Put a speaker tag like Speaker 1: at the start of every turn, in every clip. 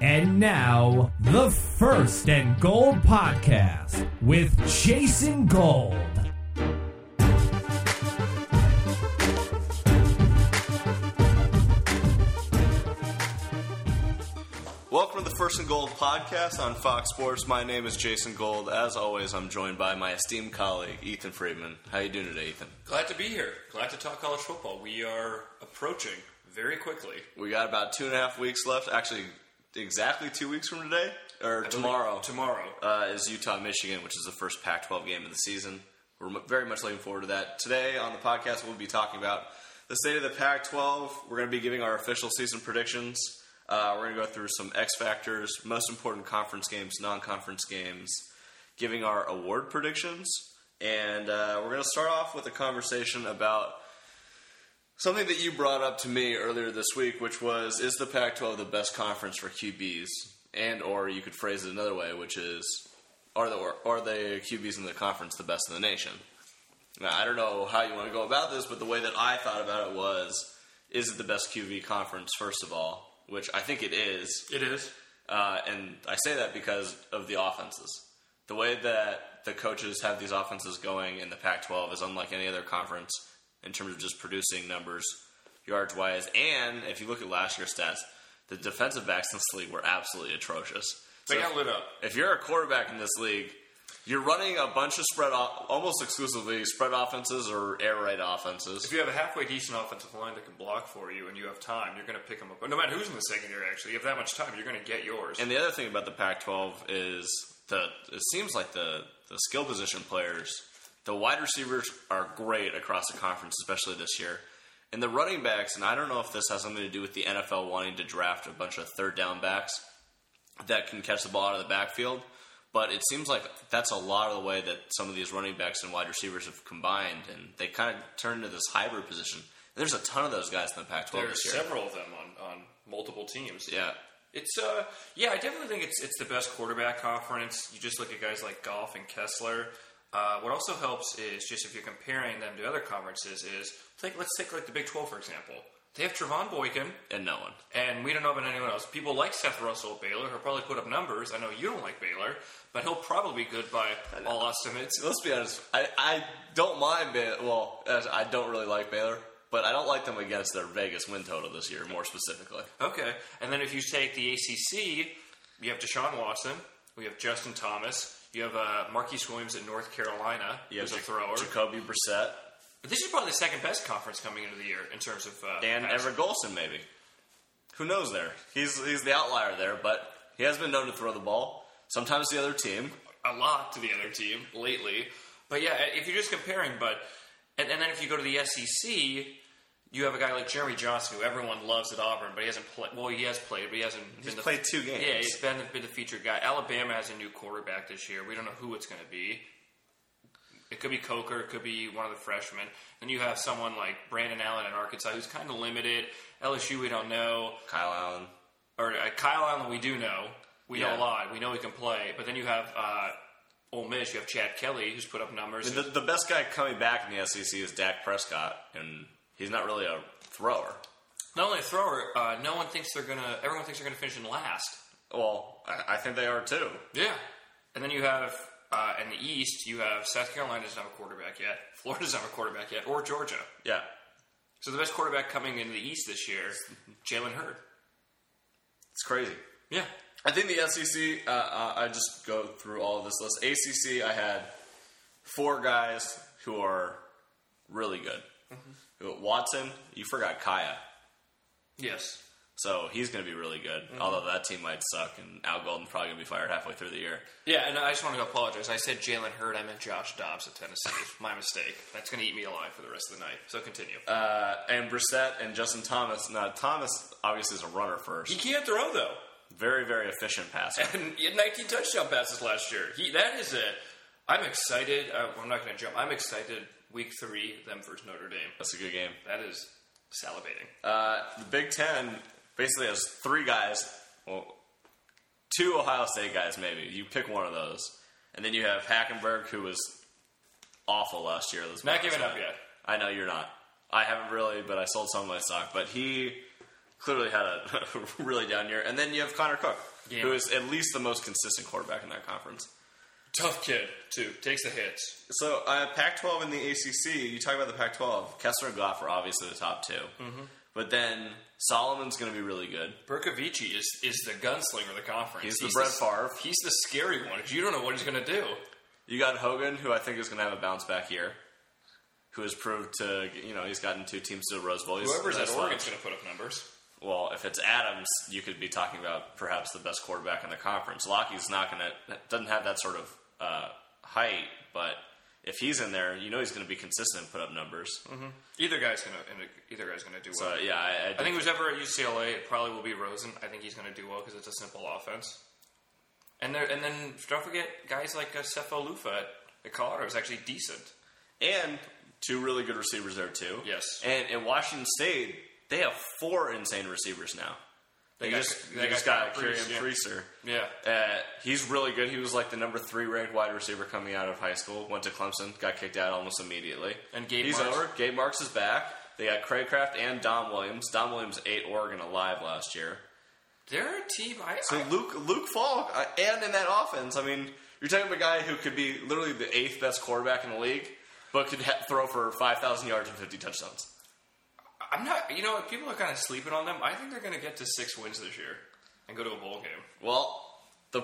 Speaker 1: And now, the First and Gold Podcast with Jason Gold.
Speaker 2: Welcome to the First and Gold podcast on Fox Sports. My name is Jason Gold. As always, I'm joined by my esteemed colleague Ethan Friedman. How you doing today, Ethan?
Speaker 3: Glad to be here. Glad to talk college football. We are approaching very quickly.
Speaker 2: We got about two and a half weeks left. Actually, exactly two weeks from today or tomorrow.
Speaker 3: Tomorrow.
Speaker 2: uh, is Utah Michigan, which is the first Pac 12 game of the season. We're m- very much looking forward to that. Today on the podcast, we'll be talking about the state of the Pac 12. We're going to be giving our official season predictions. Uh, we're going to go through some X factors, most important conference games, non conference games, giving our award predictions. And uh, we're going to start off with a conversation about something that you brought up to me earlier this week, which was is the Pac-12 the best conference for QBs? And or you could phrase it another way, which is are the are the QBs in the conference the best in the nation? Now, I don't know how you want to go about this, but the way that I thought about it was is it the best QB conference first of all, which I think it is.
Speaker 3: It is.
Speaker 2: Uh, and I say that because of the offenses. The way that the coaches have these offenses going in the Pac 12 is unlike any other conference in terms of just producing numbers yards wise. And if you look at last year's stats, the defensive backs in this league were absolutely atrocious.
Speaker 3: They
Speaker 2: So
Speaker 3: got lit up.
Speaker 2: if you're a quarterback in this league, you're running a bunch of spread, off, almost exclusively spread offenses or air raid offenses.
Speaker 3: If you have a halfway decent offensive line that can block for you and you have time, you're going to pick them up. No matter who's in the secondary, actually, you have that much time, you're going to get yours.
Speaker 2: And the other thing about the Pac-12 is the it seems like the the skill position players, the wide receivers are great across the conference, especially this year. And the running backs, and I don't know if this has something to do with the NFL wanting to draft a bunch of third down backs that can catch the ball out of the backfield, but it seems like that's a lot of the way that some of these running backs and wide receivers have combined, and they kind of turn into this hybrid position. And there's a ton of those guys in the Pac-12
Speaker 3: there are
Speaker 2: this year.
Speaker 3: several of them on, on multiple teams.
Speaker 2: yeah.
Speaker 3: It's uh yeah, I definitely think it's it's the best quarterback conference. You just look at guys like Goff and Kessler. Uh, what also helps is just if you're comparing them to other conferences is like let's take like the Big Twelve for example. They have Trevon Boykin,
Speaker 2: And no one.
Speaker 3: and we don't know about anyone else. People like Seth Russell at Baylor, who'll probably put up numbers. I know you don't like Baylor, but he'll probably be good by all estimates.
Speaker 2: Let's be honest. I, I don't mind Baylor. Well, as- I don't really like Baylor, but I don't like them against their Vegas win total this year, more specifically.
Speaker 3: Okay, and then if you take the ACC, you have Deshaun Watson, we have Justin Thomas, you have uh, Marquise Williams at North Carolina,
Speaker 2: You have
Speaker 3: who's a
Speaker 2: Ja-
Speaker 3: thrower.
Speaker 2: Jacoby Brissett
Speaker 3: But This is probably the second best conference coming into the year in terms of uh,
Speaker 2: and
Speaker 3: pass.
Speaker 2: Everett Golson, maybe. Who knows there? He's, he's the outlier there, but he has been known to throw the ball. Sometimes the other team.
Speaker 3: a lot to the other team lately. But yeah, if you're just comparing, but and, and then if you go to the SEC, you have a guy like Jeremy Johnson, who everyone loves at Auburn, but he hasn't played. Well, he has played, but he hasn't. been the,
Speaker 2: played two games.
Speaker 3: Yeah, he's been been the featured guy. Alabama has a new quarterback this year. We don't know who it's going to be. It could be Coker. It could be one of the freshmen. Then you have someone like Brandon Allen at Arkansas, who's kind of limited. LSU, we don't know
Speaker 2: Kyle Allen.
Speaker 3: or uh, Kyle Allen, we do know. We know
Speaker 2: Yeah.
Speaker 3: a lot. We know he can play. But then you have uh, Ole Miss. You have Chad Kelly, who's put up numbers.
Speaker 2: The, the best guy coming back in the SEC is Dak Prescott, and he's not really a thrower.
Speaker 3: Not only a thrower, uh, no one thinks they're gonna. Everyone thinks they're gonna finish in last.
Speaker 2: Well, I, I think they are too.
Speaker 3: Yeah. And then you have uh, in the East. You have South Carolina doesn't have a quarterback yet. Florida doesn't have a quarterback yet, or Georgia.
Speaker 2: Yeah.
Speaker 3: So the best quarterback coming into the East this year, Jalen Hurd.
Speaker 2: It's crazy.
Speaker 3: Yeah.
Speaker 2: I think the SEC. Uh, uh, I just go through all of this list. ACC. I had four guys who are really good. Watson. You forgot Kaya,
Speaker 3: Yes.
Speaker 2: so he's going to be really good. Although that team might suck, and Al Golden's probably going to be fired halfway through the year.
Speaker 3: Yeah, and I just want to apologize. I said Jalen Hurd. I meant Josh Dobbs at Tennessee. My mistake. That's going to eat me alive for the rest of the night. So continue.
Speaker 2: Uh, and Brissett and Justin Thomas. Now Thomas obviously is a runner
Speaker 3: He
Speaker 2: first.
Speaker 3: can't throw though.
Speaker 2: Very very efficient passer.
Speaker 3: And he had 19 touchdown passes last year. He that is a. I'm excited. Uh, I'm not going to jump. I'm excited. Week three, them versus Notre Dame.
Speaker 2: That's a good game.
Speaker 3: That is salivating.
Speaker 2: Uh, the Big Ten basically has three guys, well, two Ohio State guys maybe. You pick one of those, and then you have Hackenberg, who was awful last year. Let's be
Speaker 3: Not
Speaker 2: honest.
Speaker 3: giving up yet.
Speaker 2: I know you're not. I haven't really, but I sold some of my stock. But he clearly had a really down year. And then you have Connor Cook,
Speaker 3: Yeah.
Speaker 2: who is at least the most consistent quarterback in that conference.
Speaker 3: Tough kid, too. Takes the hits.
Speaker 2: So, uh, Pac 12 and the ACC, you talk about the Pac 12. Kessler and Goff are obviously the top 2
Speaker 3: Mm-hmm.
Speaker 2: But then Solomon's going to be really good.
Speaker 3: Berkovici is, is the gunslinger of the conference.
Speaker 2: He's the Brett Favre.
Speaker 3: He's the scary one. 'cause You don't know what he's going to do.
Speaker 2: You got Hogan, who I think is going to have a bounce back year, who has proved to, you know, he's gotten two teams to the Rose Bowl. He's-
Speaker 3: Whoever's at
Speaker 2: that's
Speaker 3: Oregon's
Speaker 2: fine.
Speaker 3: going to put up numbers.
Speaker 2: Well, if it's Adams, you could be talking about perhaps the best quarterback in the conference. Lockie's not going to doesn't have that sort of uh, height, but if he's in there, you know he's going to be consistent and put up numbers.
Speaker 3: Either guy's going to either guy's going to do well.
Speaker 2: So yeah, I, I,
Speaker 3: Mm-hmm. I think whoever at UCLA, it probably will be Rosen. I think he's going to do well because it's a simple offense. And there, and then don't forget guys like uh, Cepho Lufa at, at Colorado is actually decent.
Speaker 2: and two really good receivers there too.
Speaker 3: Yes.
Speaker 2: and in Washington State, they have four insane receivers now. They,
Speaker 3: got-
Speaker 2: just
Speaker 3: they
Speaker 2: they just got
Speaker 3: got Kyle
Speaker 2: Kieran
Speaker 3: Freese, yeah.
Speaker 2: Freeser.
Speaker 3: Yeah,
Speaker 2: Uh, he's really good. He was like the number three ranked wide receiver coming out of high school. Went to Clemson, got kicked out almost immediately.
Speaker 3: And Gabe
Speaker 2: he's
Speaker 3: Marks.
Speaker 2: over. Gabe Marks is back. They got Craig Craft and Don Williams. Don Williams ate Oregon alive last year.
Speaker 3: they're a team. I,
Speaker 2: So
Speaker 3: I-
Speaker 2: Luke Luke Falk uh, and in that offense, I mean, you're talking about a guy who could be literally the eighth best quarterback in the league, but could ha- throw for five thousand yards and fifty touchdowns.
Speaker 3: I'm not. You know, people are kind of sleeping on them. I think they're going to get to six wins this year and go to a bowl game.
Speaker 2: Well, the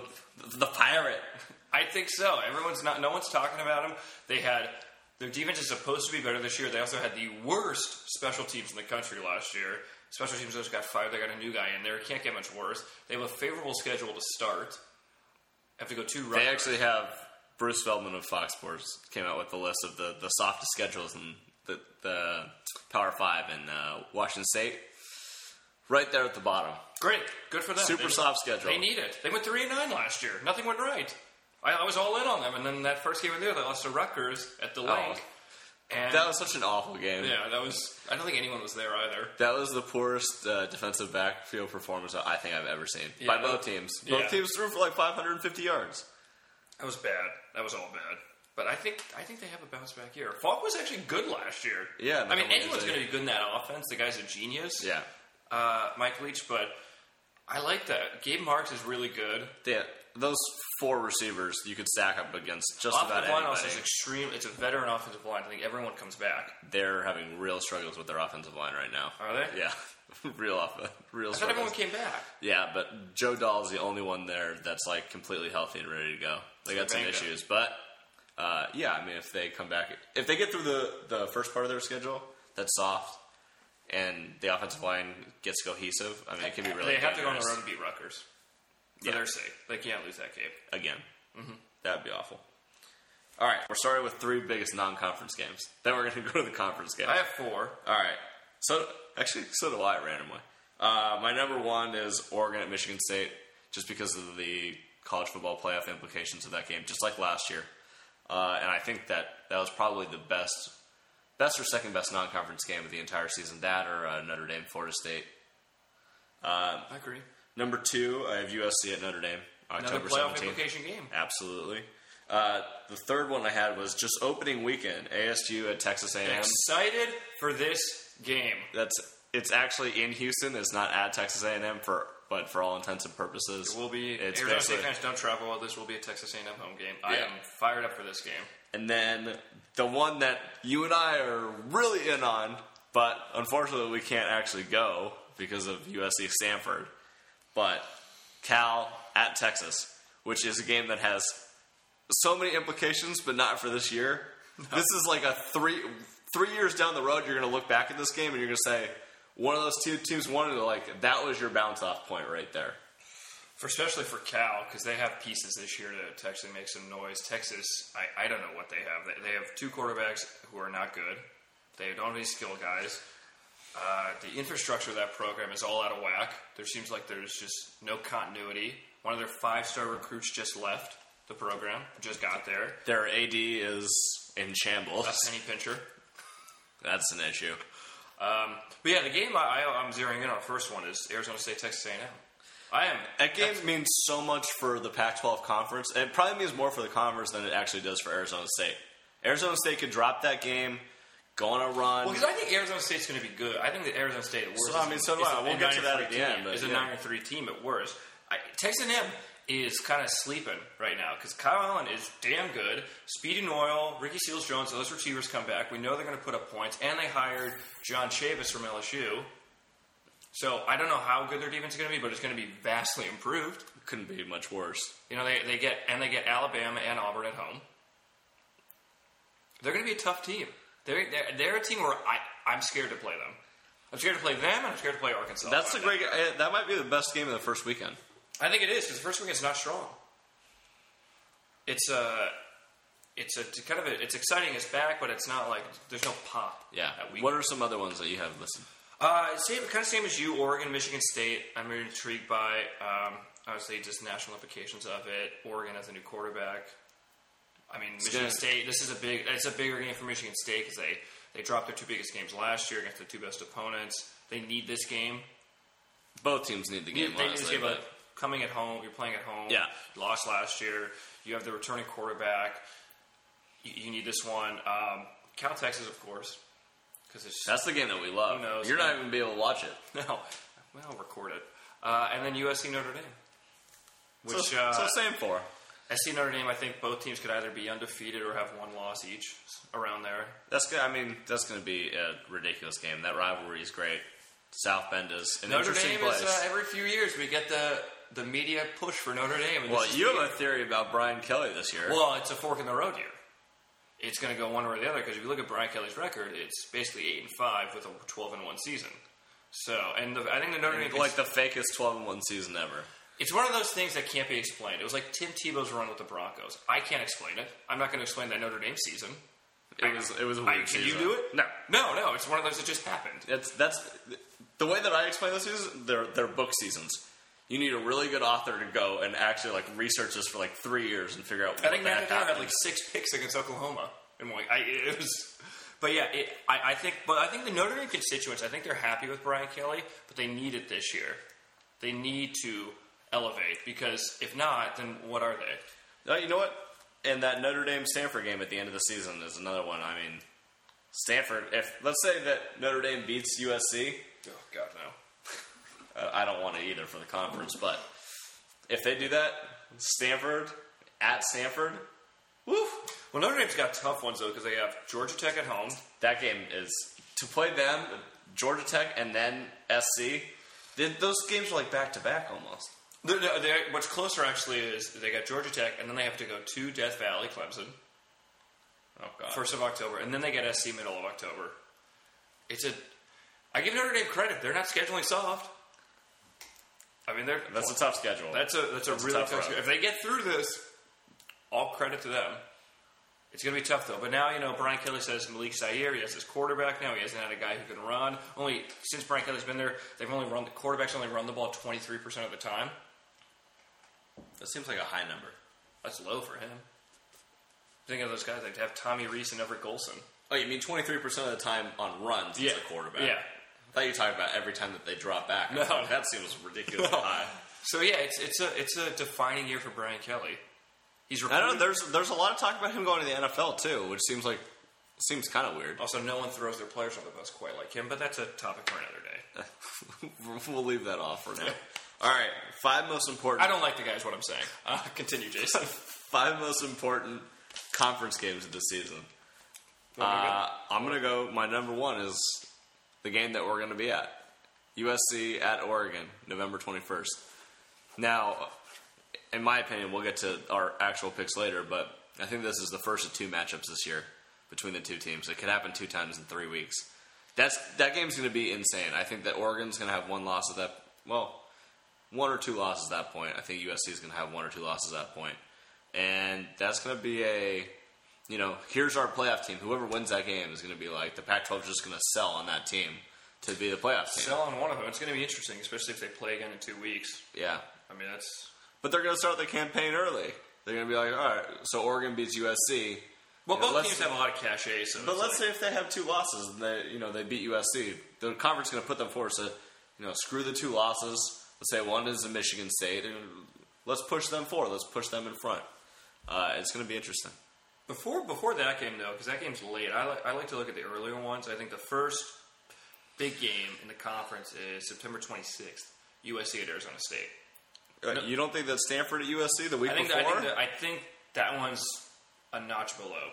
Speaker 2: the pirate.
Speaker 3: I think so. Everyone's not. No one's talking about them. They had their defense is supposed to be better this year. They also had the worst special teams in the country last year. Special teams just got fired. They got a new guy in there. It Can't get much worse. They have a favorable schedule to start. Have to go two
Speaker 2: They
Speaker 3: right.
Speaker 2: actually have Bruce Feldman of Fox Sports came out with the list of the, the softest schedules in the, the Power Five in uh, Washington State. Right there at the bottom,
Speaker 3: Great. Good for them.
Speaker 2: super
Speaker 3: They-
Speaker 2: soft schedule.
Speaker 3: They need it. They went three and nine last year. Nothing went right. I, I was all in on them, and then that first game of the year, they lost to Rutgers at the lake. And
Speaker 2: Oh. that was such an awful game.
Speaker 3: yeah, that was. I don't think anyone was there either.
Speaker 2: That was the poorest uh, defensive backfield performance I think I've ever seen by
Speaker 3: Yeah.
Speaker 2: both teams.
Speaker 3: Yeah.
Speaker 2: Both teams threw for like 550 yards.
Speaker 3: That was bad. That was all bad. But I think I think they have a bounce back year. Falk was actually good last year.
Speaker 2: Yeah,
Speaker 3: I mean
Speaker 2: Michael Leach,
Speaker 3: anyone's going to be good in that offense. The guy's a genius.
Speaker 2: Yeah,
Speaker 3: uh, Mike Leach. But I like that. Gabe Marks is really good.
Speaker 2: they, those four receivers you could stack up against just about
Speaker 3: offensive line also is
Speaker 2: anybody.
Speaker 3: extreme. It's a veteran offensive line. I think everyone comes back.
Speaker 2: They're having real struggles with their offensive line right now.
Speaker 3: Are they?
Speaker 2: Yeah, real off, real.
Speaker 3: I thought everyone
Speaker 2: Struggles.
Speaker 3: came back.
Speaker 2: Yeah, but Joe Dahl's the only one there that's like completely healthy and ready to go. They got some
Speaker 3: Banged up.
Speaker 2: issues, but uh, yeah, I mean, if they come back, if they get through the the first part of their schedule, that's soft, and the offensive line gets cohesive. I mean, it can be really.
Speaker 3: they have to go on the
Speaker 2: dangerous.
Speaker 3: road and beat Rutgers for
Speaker 2: Yeah.
Speaker 3: their sake. They can't lose that game.
Speaker 2: again.
Speaker 3: Mm-hmm.
Speaker 2: That'd be awful. All right, we're starting with three biggest non-conference games. Then we're going to go to the conference games.
Speaker 3: I have four.
Speaker 2: All right. So actually, so do I randomly. Uh, my number one is Oregon at Michigan State, just because of the college football playoff implications of that game, just like last year. Uh, and I think that that was probably the best, best or second best non-conference game of the entire season. That or uh, Notre Dame, Florida State. Oh.
Speaker 3: I agree.
Speaker 2: Number two, I have USC at Notre Dame,
Speaker 3: Another
Speaker 2: October
Speaker 3: playoff
Speaker 2: seventeenth.
Speaker 3: implication game.
Speaker 2: Absolutely. Uh, the third one I had was just opening weekend, ASU at Texas A&M.
Speaker 3: Excited for this game.
Speaker 2: That's it's actually in Houston. It's not at Texas A&M for, but for all intents and purposes,
Speaker 3: It will be
Speaker 2: It's
Speaker 3: Arizona State
Speaker 2: basically-
Speaker 3: fans don't travel well. This will be a Texas A&M home game. I
Speaker 2: Yeah.
Speaker 3: am fired up for this game.
Speaker 2: And then the one that you and I are really in on, but unfortunately we can't actually go because of USC Stanford. But Cal at Texas, which is a game that has so many implications, but not for this year. This is like a three three years down the road. You're going to look back at this game and you're going to say one of those two teams won. And they're like that was your bounce off point right there.
Speaker 3: For especially for Cal because they have pieces this year to, to actually make some noise. Texas, I, I don't know what they have. They, they have two quarterbacks who are not good. They don't have any skill guys. Uh, the infrastructure of that program is all out of whack. There seems like there's just no continuity. One of their five-star recruits just left the program, just got there.
Speaker 2: Their AD is in shambles.
Speaker 3: That's Penny Pincher.
Speaker 2: That's an issue.
Speaker 3: Um, but yeah, the game I, I, I'm zeroing in on first one is Arizona State Texas A&M. I am
Speaker 2: That game means so much for the Pac-12 conference, and it probably means more for the conference than it actually does for Arizona State. Arizona State could drop that game, go on a run.
Speaker 3: Well, because I think Arizona State's going to be good. I think that Arizona State at worst.
Speaker 2: So, I mean,
Speaker 3: is-
Speaker 2: so do
Speaker 3: is
Speaker 2: I.
Speaker 3: a
Speaker 2: We'll get to that
Speaker 3: 9-3
Speaker 2: at the end,
Speaker 3: team-
Speaker 2: but
Speaker 3: Is a
Speaker 2: yeah.
Speaker 3: nine or three team at worst. I, Texas A&M is kind of sleeping right now because Kyle Allen is damn good. Speedy Noyle, Ricky Seals Jones, those receivers come back. We know they're going to put up points, and they hired John Chavis from LSU. So I don't know how good their defense is going to be, but it's going to be vastly improved.
Speaker 2: couldn't be much worse.
Speaker 3: You know, they, they get and they get Alabama and Auburn at home. They're going to be a tough team. They're, they're, they're a team where I, I'm scared to play them. I'm scared to play them, and I'm scared to play Arkansas.
Speaker 2: That's a great. eh, That might be the best game of the first weekend.
Speaker 3: I think it is because the first weekend's not strong. It's a, it's a it's kind of a, it's exciting. It's back, but it's not like there's no pop.
Speaker 2: Yeah.
Speaker 3: That week.
Speaker 2: What are some other ones that you have listed?
Speaker 3: Uh, same kind of same as you, Oregon, Michigan State. I'm really intrigued by um, obviously just national implications of it. Oregon has a new quarterback. I mean, Michigan
Speaker 2: gonna-
Speaker 3: State. This is a big. It's a bigger game for Michigan State because they they dropped their two biggest games last year against the two best opponents. They need this game.
Speaker 2: Both teams need the
Speaker 3: They
Speaker 2: game.
Speaker 3: need this
Speaker 2: honestly,
Speaker 3: game. But
Speaker 2: but-
Speaker 3: coming at home, you're playing at home.
Speaker 2: Yeah.
Speaker 3: you lost last year. You have the returning quarterback. You, you need this one. Um, Cal Texas, of course, because it's
Speaker 2: that's the game that we love.
Speaker 3: Who knows,
Speaker 2: You're not
Speaker 3: man?
Speaker 2: even gonna be able to watch it.
Speaker 3: No, well, I'll record it. Uh, and then USC Notre Dame, which
Speaker 2: so,
Speaker 3: uh,
Speaker 2: so same four.
Speaker 3: SC Notre Dame, I think both teams could either be undefeated or have one loss each around there.
Speaker 2: That's good. I mean, that's going to be a ridiculous game. That rivalry is great. South Bend is an
Speaker 3: Notre
Speaker 2: interesting
Speaker 3: Dame
Speaker 2: place.
Speaker 3: is uh, every few years we get the the media push for Notre Dame. And
Speaker 2: well,
Speaker 3: this is
Speaker 2: you
Speaker 3: the-
Speaker 2: have a theory about Brian Kelly this year.
Speaker 3: well, it's a fork in the road here. It's going to go one way or the other because if you look at Brian Kelly's record, it's basically eight and five with a twelve and one season. So, and the, I think the Notre Dame
Speaker 2: like the fakest 12 and 1 season ever.
Speaker 3: It's one of those things that can't be explained. It was like Tim Tebow's run with the Broncos. I can't explain it. I'm not going to explain that Notre Dame season.
Speaker 2: It was it was a
Speaker 3: I-
Speaker 2: weird
Speaker 3: can
Speaker 2: season.
Speaker 3: you do it?
Speaker 2: No.
Speaker 3: No, no. It's one of those that just happened.
Speaker 2: It's that's the way that I explain this is they're they're book seasons. You need a really good author to go and actually like research this for like three years and figure out.
Speaker 3: I
Speaker 2: what
Speaker 3: think
Speaker 2: the heck
Speaker 3: Matt Navarro had
Speaker 2: happened.
Speaker 3: like six picks against Oklahoma. And like, I, it was, but yeah, it, I, I think. But I think the Notre Dame constituents, I think they're happy with Brian Kelly, but they need it this year. They need to elevate because if not, then what are they?
Speaker 2: Oh, you know what? And that Notre Dame Stanford game at the end of the season is another one. I mean, Stanford. If let's say that Notre Dame beats USC,
Speaker 3: Oh God, no.
Speaker 2: uh, I don't want to either for the conference. But if they do that, Stanford at Stanford, woof.
Speaker 3: Well, Notre Dame's got tough ones though because they have Georgia Tech at home.
Speaker 2: That game is to play them, Georgia Tech, and then SC. th those games are like back to back almost.
Speaker 3: They're, they're- what's closer actually is they got Georgia Tech, and then they have to go to Death Valley, Clemson,
Speaker 2: Oh god.
Speaker 3: first of October, and then they get SC middle of October. It's a. I give Notre Dame credit; they're not scheduling soft. I mean, they're
Speaker 2: that's a tough schedule.
Speaker 3: that's a that's a
Speaker 2: a
Speaker 3: really
Speaker 2: tough
Speaker 3: tough.
Speaker 2: road.
Speaker 3: schedule. If they get through this, all credit to them. It's going to be tough though. But now you know Brian Kelly says Malik Zaire. He has his quarterback now. He hasn't had a guy who can run. Only since Brian Kelly's been there, they've only run the quarterbacks only run the ball twenty three percent of the time.
Speaker 2: that seems like a high number.
Speaker 3: That's low for him. Think of those guys like to have Tommy Reese and Everett Golson.
Speaker 2: Oh, you mean twenty three percent of the time on runs as a quarterback?
Speaker 3: Yeah.
Speaker 2: I thought you were talking about every time that they drop back. I
Speaker 3: No.
Speaker 2: was like, that seems ridiculously high.
Speaker 3: So yeah, it's it's a it's a defining year for Brian Kelly. He's
Speaker 2: I don't
Speaker 3: recruited-
Speaker 2: know. There's there's a lot of talk about him going to the NFL too, which seems like seems kind of weird.
Speaker 3: also no one throws their players on the bus quite like him, but that's a topic for another day.
Speaker 2: we'll leave that off for now. All right, five most important.
Speaker 3: I don't like the guy. Is what I'm saying. Uh, continue, Jason.
Speaker 2: five most important conference games of the season.
Speaker 3: wanna go?
Speaker 2: Uh, I'm gonna go. My number one is the game that we're gonna be at USC at Oregon, November 21st. Now, in my opinion, we'll get to our actual picks later, but I think this is the first of two matchups this year between the two teams. It could happen two times in three weeks. That's that game's gonna be insane. I think that Oregon's gonna have one loss at that. Well, one or two losses at that point. I think USC is going to have one or two losses at that point. And that's going to be a, you know, here's our playoff team. Whoever wins that game is going to be like, the Pac 12 is just going to sell on that team to be the playoff team.
Speaker 3: Sell on one of them. It's going to be interesting, especially if they play again in two weeks.
Speaker 2: Yeah.
Speaker 3: I mean, that's
Speaker 2: But they're going to start the campaign early. They're going to be like, all right, so Oregon beats USC. You
Speaker 3: well,
Speaker 2: know,
Speaker 3: both
Speaker 2: let's-
Speaker 3: teams have a lot of cachet. So
Speaker 2: But
Speaker 3: it's
Speaker 2: let's
Speaker 3: like-
Speaker 2: say if they have two losses and they, you know, they beat USC, the conference is going to put them forward. So, you know, screw the two losses. Let's say one is in Michigan State, and let's push them forward. Let's push them in front. Uh, it's going to be interesting.
Speaker 3: Before before that game though, because that game's late. I like I like to look at the earlier ones. I think the first big game in the conference is September 26th, USC at Arizona State.
Speaker 2: Uh, You don't think that Stanford at USC the week
Speaker 3: I think I
Speaker 2: before?
Speaker 3: think, that, I think that one's a notch below.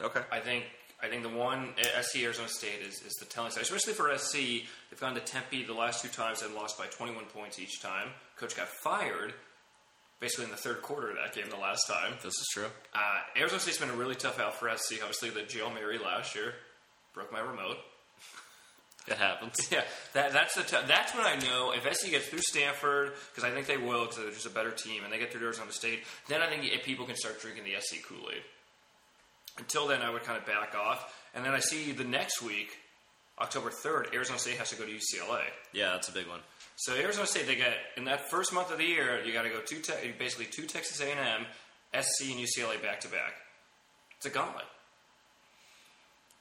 Speaker 2: okay.
Speaker 3: I think I think the one at SC Arizona State is, is the telling side, especially for SC. They've gone to Tempe the last two times and lost by 21 points each time. Coach got fired basically in the third quarter of that game the last time.
Speaker 2: this is true.
Speaker 3: Uh, Arizona State's been a really tough out for SC. Obviously, the Jail Mary last year broke my remote.
Speaker 2: It happens.
Speaker 3: Yeah, that, that's the t- that's when I know if SC gets through Stanford because I think they will because they're just a better team and they get through Arizona State. Then I think if people can start drinking the SC Kool Aid. Until then, I would kind of back off, and then I see the next week, October third, Arizona State has to go to UCLA.
Speaker 2: Yeah, that's a big one.
Speaker 3: So Arizona State, they get in that first month of the year, you got to go two te- basically two Texas A and M, SC and UCLA back to back. It's a gauntlet.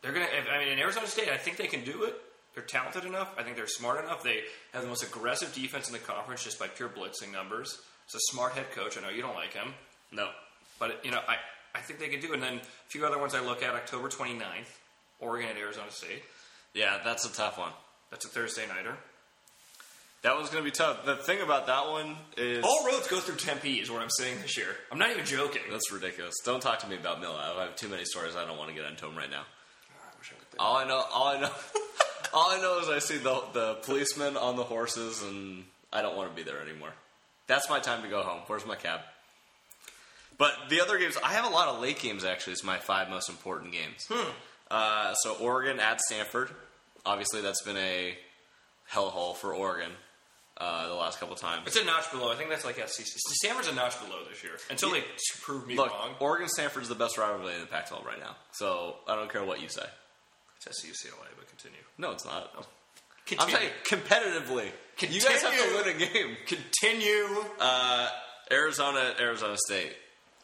Speaker 3: They're gonna. if- I mean, in Arizona State, I think they can do it. They're talented enough. I think they're smart enough. They have the most aggressive defense in the conference just by pure blitzing numbers. It's a smart head coach. I know you don't like him,
Speaker 2: No.
Speaker 3: but you know I. I think they can do it. And then a few other ones I look at October 29th, Oregon at Arizona State.
Speaker 2: Yeah, that's a tough one.
Speaker 3: That's a Thursday nighter.
Speaker 2: That one's going to be tough. The thing about that one is
Speaker 3: All roads go through Tempe, is what I'm saying this year. I'm not even joking.
Speaker 2: that's ridiculous. Don't talk to me about Mila. I have too many stories. I don't want to get into them right now.
Speaker 3: I wish I could
Speaker 2: All I know, all I know, all I know is I see the the policemen on the horses, and I don't want to be there anymore. That's my time to go home. Where's my cab? But the other games, I have a lot of late games. Actually, it's my five most important games. Uh, so Oregon at Stanford. Obviously, that's been a hellhole for Oregon uh, the last couple times.
Speaker 3: It's a notch below. I think that's like SEC. Stanford's a notch below this year until they prove me
Speaker 2: Look,
Speaker 3: wrong.
Speaker 2: Oregon Stanford's the best rivalry in the Pac-12 right now. So I don't care what you say.
Speaker 3: It's SC UCLA, but continue.
Speaker 2: No, it's not. I'm
Speaker 3: Continue.
Speaker 2: saying competitively. You guys have to win a game.
Speaker 3: Continue.
Speaker 2: Uh, Arizona, Arizona State.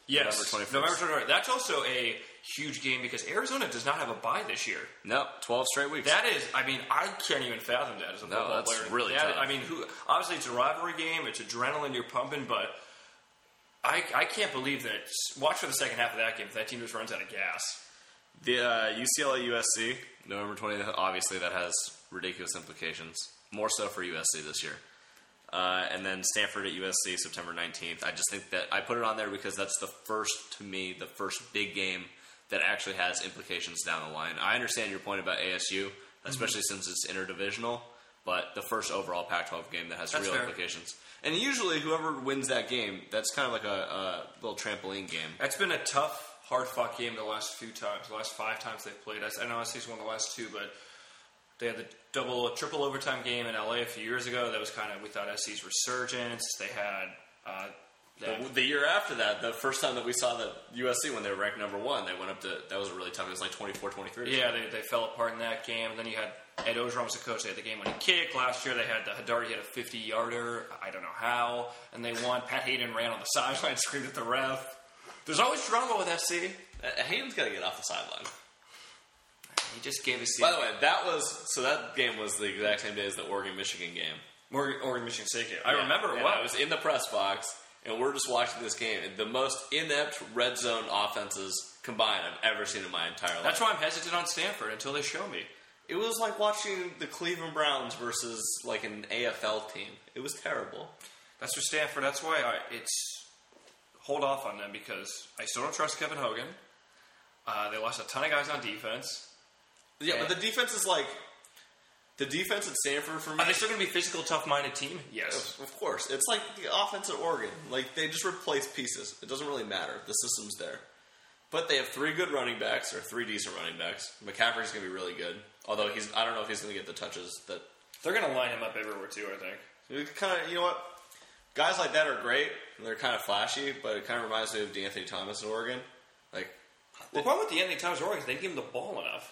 Speaker 3: yes,
Speaker 2: November 21st.
Speaker 3: November 21st. That's also a huge game because Arizona does not have a bye this year.
Speaker 2: No, twelve straight weeks.
Speaker 3: That is, I mean, I can't even fathom that as a
Speaker 2: No,
Speaker 3: football
Speaker 2: that's
Speaker 3: player.
Speaker 2: really
Speaker 3: That-
Speaker 2: tough.
Speaker 3: I mean, who, obviously it's a rivalry game. It's adrenaline you're pumping, but I, I can't believe that. Watch for the second half of that game. If that team just runs out of gas.
Speaker 2: the uh, UCLA USC November 20th. Obviously, that has ridiculous implications. More so for USC this year. Uh, and then Stanford at USC September 19th. I just think that I put it on there because that's the first to me, the first big game that actually has implications down the line. I understand your point about ASU, especially since it's interdivisional. But the first overall Pac-12 game that has
Speaker 3: That's
Speaker 2: real
Speaker 3: fair.
Speaker 2: implications, and usually whoever wins that game, that's kind of like a, a little trampoline game.
Speaker 3: That's been a tough, hard fought game the last few times, the last five times they've played. I I know SC's won the last two, but they had the double, triple overtime game in LA a few years ago. That was kind of, we thought SC's resurgence. They had uh, that.
Speaker 2: The, the year after that, the first time that we saw that USC when they were ranked number one, they went up to that was a really tough. It was like 24 23.
Speaker 3: Yeah, they, they fell apart in that game. And then you had Ed Ogeron was the coach. They had the game winning kick. Last year they had the Hadari had a 50 yarder. I don't know how. And they won. Pat Hayden ran on the sideline, screamed at the ref. There's always drama with SC. He
Speaker 2: Hayden's got to Uh, get off the sideline.
Speaker 3: just gave his.
Speaker 2: By the way, that was so that game was the exact same day as the Oregon Michigan game.
Speaker 3: Oregon, Oregon Michigan State game. I remember it
Speaker 2: And
Speaker 3: well.
Speaker 2: I was in the press box, and we're just watching this game. And the most inept red zone offenses combined I've ever seen in my entire life.
Speaker 3: That's why I'm hesitant on Stanford until they show me.
Speaker 2: it was like watching the Cleveland Browns versus like an AFL team. It was terrible.
Speaker 3: That's for Stanford. That's why I, it's hold off on them because I still don't trust Kevin Hogan. Uh, they lost a ton of guys on defense.
Speaker 2: Yeah, but the defense is like the defense at Stanford for me.
Speaker 3: Are they still going to be physical, tough-minded team? Yes.
Speaker 2: Of course. It's like the offense at Oregon. Like, they just replace pieces. It doesn't really matter. The system's there. But they have three good running backs, or three decent running backs. McCaffrey's going to be really good. Although, he's I don't know if he's going to get the touches that.
Speaker 3: They're going to line him up everywhere too. I think.
Speaker 2: Kind of, you know what? Guys like that are great. and They're kind of flashy, but it kind of reminds me of D'Anthony Thomas in Oregon. Like,
Speaker 3: The problem with the Anthony Thomas Oregon is they didn't give him the ball enough.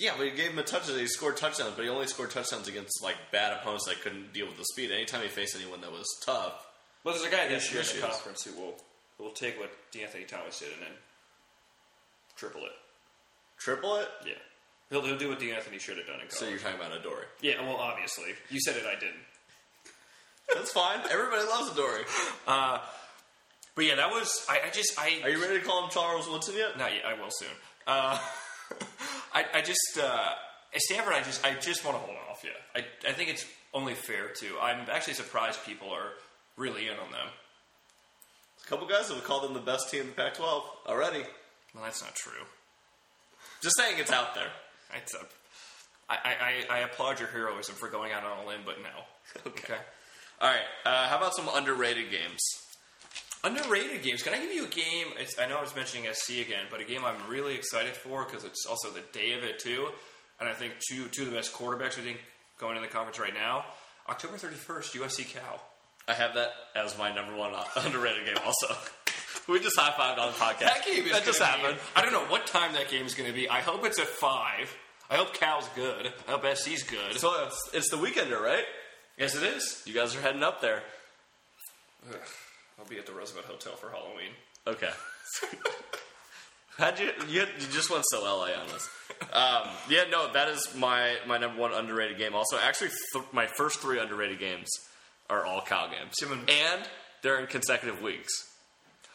Speaker 2: yeah, but he gave him a touches. He scored touchdowns, but he only scored touchdowns against, like, bad opponents that couldn't deal with the speed. Anytime he faced anyone that was tough,
Speaker 3: Well, there's a guy this
Speaker 2: Yes,
Speaker 3: year in
Speaker 2: yes,
Speaker 3: the
Speaker 2: yes.
Speaker 3: conference who will who will take what D'Anthony Thomas did and then triple it.
Speaker 2: triple it.
Speaker 3: Yeah. He'll, he'll do what D'Anthony should have done in college.
Speaker 2: So you're talking about Adore.
Speaker 3: yeah. Well, obviously, you said it. I didn't.
Speaker 2: That's fine. Everybody loves Adore.
Speaker 3: But yeah, that was I, I just I
Speaker 2: Are you ready to call him Charles Woodson yet?
Speaker 3: not yet. I will soon. Uh, I, I just uh, at Stanford. I just I just want to hold off. Yeah, I, I think it's only fair to. I'm actually surprised people are really in on them.
Speaker 2: A couple guys that would call them the best team in the Pac-12 already.
Speaker 3: Well, that's not true.
Speaker 2: Just saying, it's out there.
Speaker 3: It's a, I, I, I applaud your heroism for going out on a limb, but no. Okay.
Speaker 2: All right, uh, how about some underrated games?
Speaker 3: Underrated games. Can I give you a game? It's, I know I was mentioning SC again, but a game I'm really excited for because it's also the day of it too, and I think two two of the best quarterbacks we think going in the conference right now. October 31st, USC Cal.
Speaker 2: I have that as my number one uh, underrated game. Also, we just high fived on the podcast.
Speaker 3: That game is
Speaker 2: that just
Speaker 3: gonna be-
Speaker 2: happened.
Speaker 3: I don't know what time that game is going to be. I hope it's at five. I hope Cal's good. I hope SC's good.
Speaker 2: So it's, it's the weekender, right?
Speaker 3: yes, it is.
Speaker 2: You guys are heading up there.
Speaker 3: I'll be at the Roosevelt Hotel for Halloween.
Speaker 2: Okay. How'd you, you you just went so LA on us. Um, yeah, no, that is my my number one underrated game. Also, actually, th- my first three underrated games are all Cal games,
Speaker 3: Simon-
Speaker 2: and they're in consecutive weeks.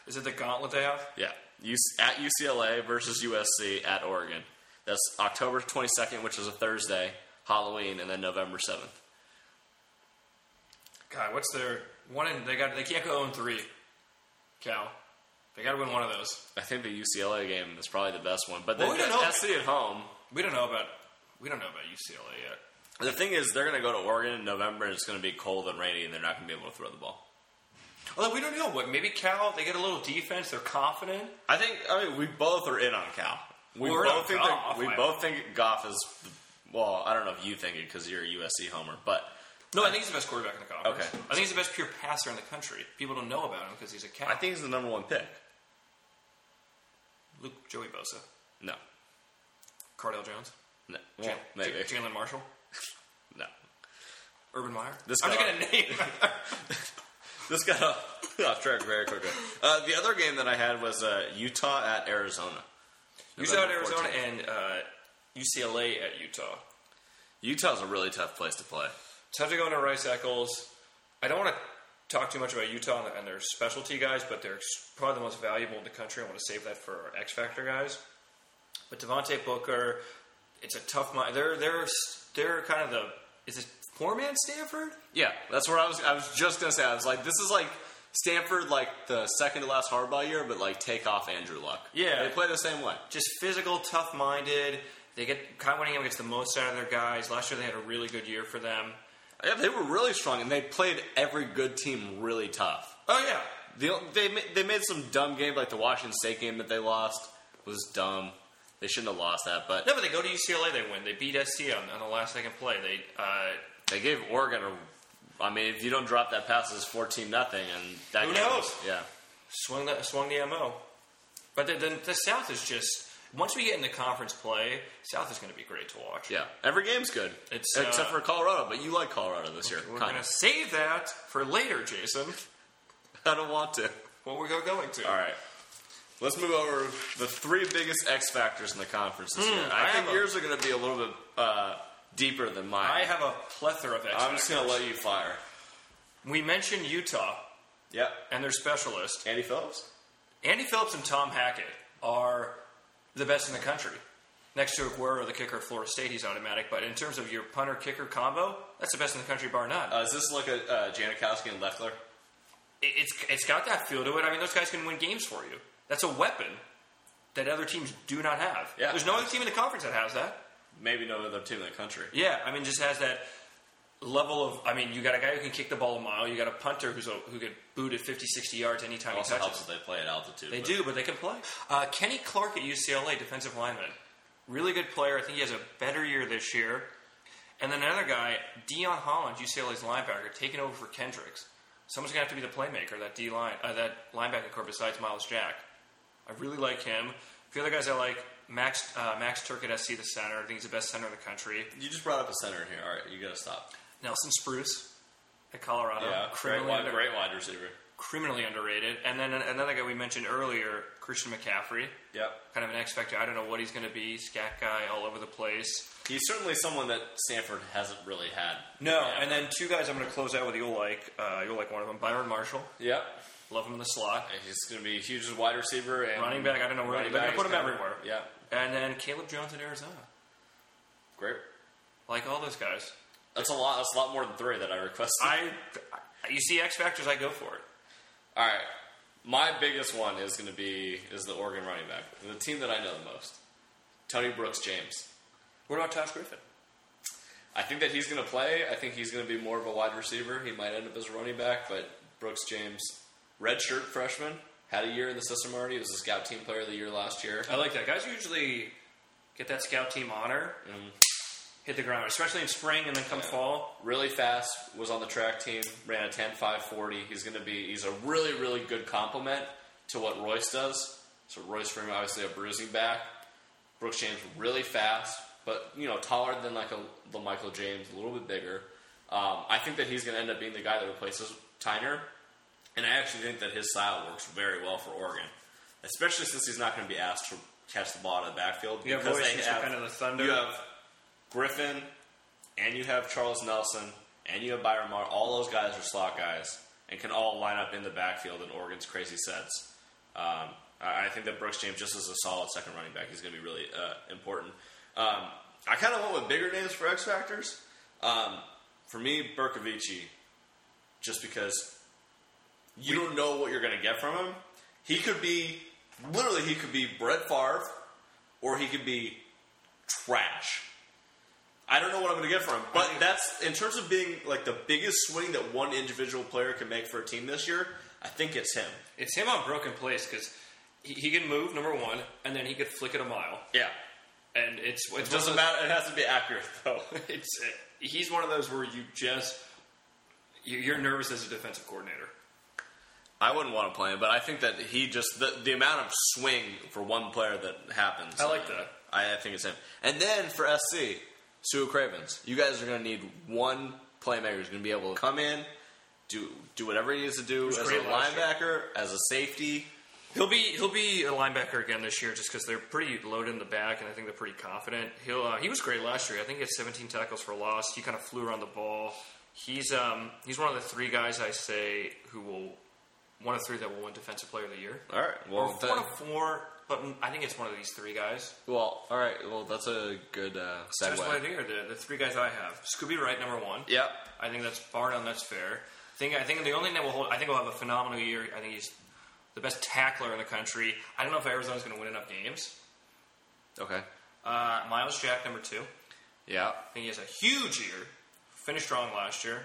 Speaker 3: Is it the gauntlet they have?
Speaker 2: Yeah, U- at UCLA versus USC at Oregon. That's October twenty second, which is a Thursday, Halloween, and then November seventh.
Speaker 3: God, what's their one? In, they got they can't go 0 three. Cal, they got to win one of those.
Speaker 2: I think the UCLA game is probably the best one, but
Speaker 3: Well,
Speaker 2: they
Speaker 3: we don't know.
Speaker 2: SC at home.
Speaker 3: We don't know about we don't know about UCLA yet.
Speaker 2: The thing is, they're going to go to Oregon in November, and it's going to be cold and rainy, and they're not going to be able to throw the ball.
Speaker 3: Although we don't know what maybe Cal they get a little defense. They're confident.
Speaker 2: I think. I mean, we both are in on Cal. We
Speaker 3: We're in on
Speaker 2: both think they're-
Speaker 3: Goff,
Speaker 2: we
Speaker 3: I-
Speaker 2: both think Goff is. Well, I don't know if you think it because you're a USC homer, but
Speaker 3: No, I think he's the best quarterback in the conference.
Speaker 2: Okay.
Speaker 3: I think he's the best pure passer in the country. People don't know about him because he's a Cal.
Speaker 2: I think he's the number one pick.
Speaker 3: Luke Joey Bosa,
Speaker 2: No,
Speaker 3: Cardell Jones,
Speaker 2: no, well,
Speaker 3: Jan-
Speaker 2: maybe
Speaker 3: J- Jalen Marshall,
Speaker 2: no.
Speaker 3: Urban Meyer.
Speaker 2: This
Speaker 3: I'm
Speaker 2: guy-
Speaker 3: just gonna name.
Speaker 2: This got off, off track very quickly. Uh, the other game that I had was uh, Utah at Arizona.
Speaker 3: Utah at
Speaker 2: November
Speaker 3: Arizona
Speaker 2: 14th.
Speaker 3: and uh, UCLA at Utah.
Speaker 2: Utah's a really tough place to play.
Speaker 3: tough to go into Rice Eccles. I don't want to talk too much about Utah and- and their specialty guys, but they're s- probably the most valuable in the country. I want to save that for our X Factor guys. But Devontae Booker, it's a tough. mi- They're they're s- they're kind of the is it poor man Stanford?
Speaker 2: Yeah, that's what I was. I was just gonna say. I was like, this is like Stanford, like the second to last Harbaugh year, but like take off Andrew Luck.
Speaker 3: Yeah.
Speaker 2: they play the same way.
Speaker 3: just physical, tough minded. They get Kyle Winningham gets the most out of their guys. Last year they had a really good year for them.
Speaker 2: Yeah, they were really strong, and they played every good team really tough.
Speaker 3: Oh yeah,
Speaker 2: The, o- they ma- they made some dumb game, like the Washington State game that they lost was dumb. They shouldn't have lost that, but
Speaker 3: no, but they go to UCLA, they win. They beat SC on, on the last second play. They uh,
Speaker 2: they gave Oregon a. I mean, if you don't drop that pass, it's fourteen nothing, and that
Speaker 3: Who
Speaker 2: game was-
Speaker 3: knows?
Speaker 2: yeah.
Speaker 3: swung the swung the mo. But the, the, the South is just once we get into conference play, South is going to be great to watch.
Speaker 2: Yeah, every game's good,
Speaker 3: It's,
Speaker 2: except
Speaker 3: uh,
Speaker 2: for Colorado. But you like Colorado this year.
Speaker 3: we're
Speaker 2: kind
Speaker 3: going to
Speaker 2: of.
Speaker 3: save that for later, Jason.
Speaker 2: I don't want to.
Speaker 3: What we're going to.
Speaker 2: All right. Let's move over the three biggest X factors in the conference this year. I,
Speaker 3: Hmm, I
Speaker 2: think
Speaker 3: have a-
Speaker 2: yours are going to be a little bit uh, deeper than mine.
Speaker 3: I have a plethora of.
Speaker 2: I'm just going to let you fire.
Speaker 3: We mentioned Utah
Speaker 2: Yep.
Speaker 3: and their specialist
Speaker 2: Andy Phillips.
Speaker 3: Andy Phillips and Tom Hackett are the best in the country. Next to Aguero, the kicker of Florida State, he's automatic. But in terms of your punter kicker combo, that's the best in the country, bar none.
Speaker 2: Uh, is this like a uh, Janikowski and Leffler?
Speaker 3: it- it's it's got that feel to it. I mean, those guys can win games for you. That's a weapon that other teams do not have.
Speaker 2: Yeah.
Speaker 3: There's no other team in the conference that has that.
Speaker 2: Maybe no other team in the country.
Speaker 3: Yeah, I mean, just has that level of. I mean, you got a guy who can kick the ball a mile. You got a punter who's a, who could boot it 50, 60 yards anytime
Speaker 2: Also
Speaker 3: he touches.
Speaker 2: helps that they play at altitude.
Speaker 3: They
Speaker 2: but-
Speaker 3: do, but they can play. Uh, Kenny Clark at UCLA, defensive lineman, really good player. I think he has a better year this year. And then another guy, Dion Holland, UCLA's linebacker, taking over for Kendricks. Someone's gonna have to be the playmaker that D line, uh, that linebacker core besides Miles Jack. I really like him. The other guys I like, Max uh, Max Turk at SC, the center. I think he's the best center in the country.
Speaker 2: You just brought up a center here. All right, you got to stop.
Speaker 3: Nelson Spruce at Colorado.
Speaker 2: Yeah, great
Speaker 3: criminally,
Speaker 2: wide,
Speaker 3: under-
Speaker 2: great wide receiver.
Speaker 3: criminally underrated. And then another guy we mentioned earlier, Christian McCaffrey,
Speaker 2: Yep.
Speaker 3: kind of an X factor. I don't know what he's going to be. Scat guy all over the place.
Speaker 2: He's certainly someone that Stanford hasn't really had.
Speaker 3: No,
Speaker 2: Yeah.
Speaker 3: and then two guys I'm going to close out with you'll like. Uh, you'll like one of them, Byron Marshall.
Speaker 2: Yep.
Speaker 3: Love him in the slot.
Speaker 2: And He's going to be huge as a wide receiver and
Speaker 3: Running back, I don't know where
Speaker 2: running
Speaker 3: they're
Speaker 2: back
Speaker 3: going to put
Speaker 2: is
Speaker 3: him
Speaker 2: kinda-
Speaker 3: everywhere.
Speaker 2: Yeah.
Speaker 3: And then Caleb Jones at Arizona.
Speaker 2: Great.
Speaker 3: Like all those guys.
Speaker 2: That's a lot. That's a lot more than three that I requested.
Speaker 3: I, I- you see X factors, I go for it.
Speaker 2: All right. My biggest one is going to be is the Oregon running back, the team that I know the most, Tony Brooks James.
Speaker 3: What about Tosh Griffin?
Speaker 2: I think that he's going to play. I think he's going to be more of a wide receiver. He might end up as a running back, but Brooks James, redshirt freshman, had a year in the system already. Was a scout team player of the year last year.
Speaker 3: I like that. Guys usually get that scout team honor, hit the ground, especially in spring and then come fall.
Speaker 2: Really fast. Was on the track team. Ran a 10.540. He's going to be. He's a really really good complement to what Royce does. So Royce Freeman obviously a bruising back. Brooks James really fast, but you know taller than like a Michael James, a little bit bigger. Um, I think that he's going to end up being the guy that replaces Tyner, and I actually think that his style works very well for Oregon, especially since he's not going to be asked to catch the ball out of the backfield
Speaker 3: You have Royce, who's kind of the thunder.
Speaker 2: You have Griffin, and you have Charles Nelson, and you have Byron Mar. All those guys are slot guys and can all line up in the backfield in Oregon's crazy sets. Um, I I think that Brooks James just is a solid second running back. He's going to be really uh, important. Um, I kind of went with bigger names for X factors. Um, for me, Berkovici, just because you don't know what you're going to get from him. He could be literally he could be Brett Favre, or he could be trash. I don't know what I'm going to get from him, but that's in terms of being like the biggest swing that one individual player can make for a team this year. I think it's him.
Speaker 3: It's him on broken plays because he, he can move, number one, and then he could flick it a mile.
Speaker 2: Yeah,
Speaker 3: And it's, it's
Speaker 2: it doesn't matter. It has to be accurate though.
Speaker 3: It's, uh, he's one of those where you just, you- you're nervous as a defensive coordinator.
Speaker 2: I wouldn't want to play him, but I think that he just the, the amount of swing for one player that happens.
Speaker 3: I like that.
Speaker 2: I, I think it's him. And then for SC, Sue Cravens. You guys are going to need one playmaker who's going to be able to come in, do do whatever he needs to do as a
Speaker 3: great last year.
Speaker 2: linebacker, as a safety.
Speaker 3: He'll be he'll be a linebacker again this year, just because they're pretty loaded in the back, and I think they're pretty confident. He'll uh, he was great last year. I think he had 17 tackles for loss. He kind of flew around the ball. He's um he's one of the three guys I say who will one of three that will win Defensive Player of the Year.
Speaker 2: All right.
Speaker 3: Or
Speaker 2: Well,
Speaker 3: one of four, but I think it's one of these three guys.
Speaker 2: well, all right. Well, that's a good uh,
Speaker 3: Defensive Player of the Year, the, the three guys I have: Scooby Wright, number one.
Speaker 2: Yep.
Speaker 3: I think that's bar none. That's fair. I think I think the only thing that will hold. I think he'll have a phenomenal year. I think he's the best tackler in the country. I don't know if Arizona's going to win enough games.
Speaker 2: Okay.
Speaker 3: Uh, Miles Jack, number two.
Speaker 2: Yeah.
Speaker 3: I think he has a huge year. Finished strong last year.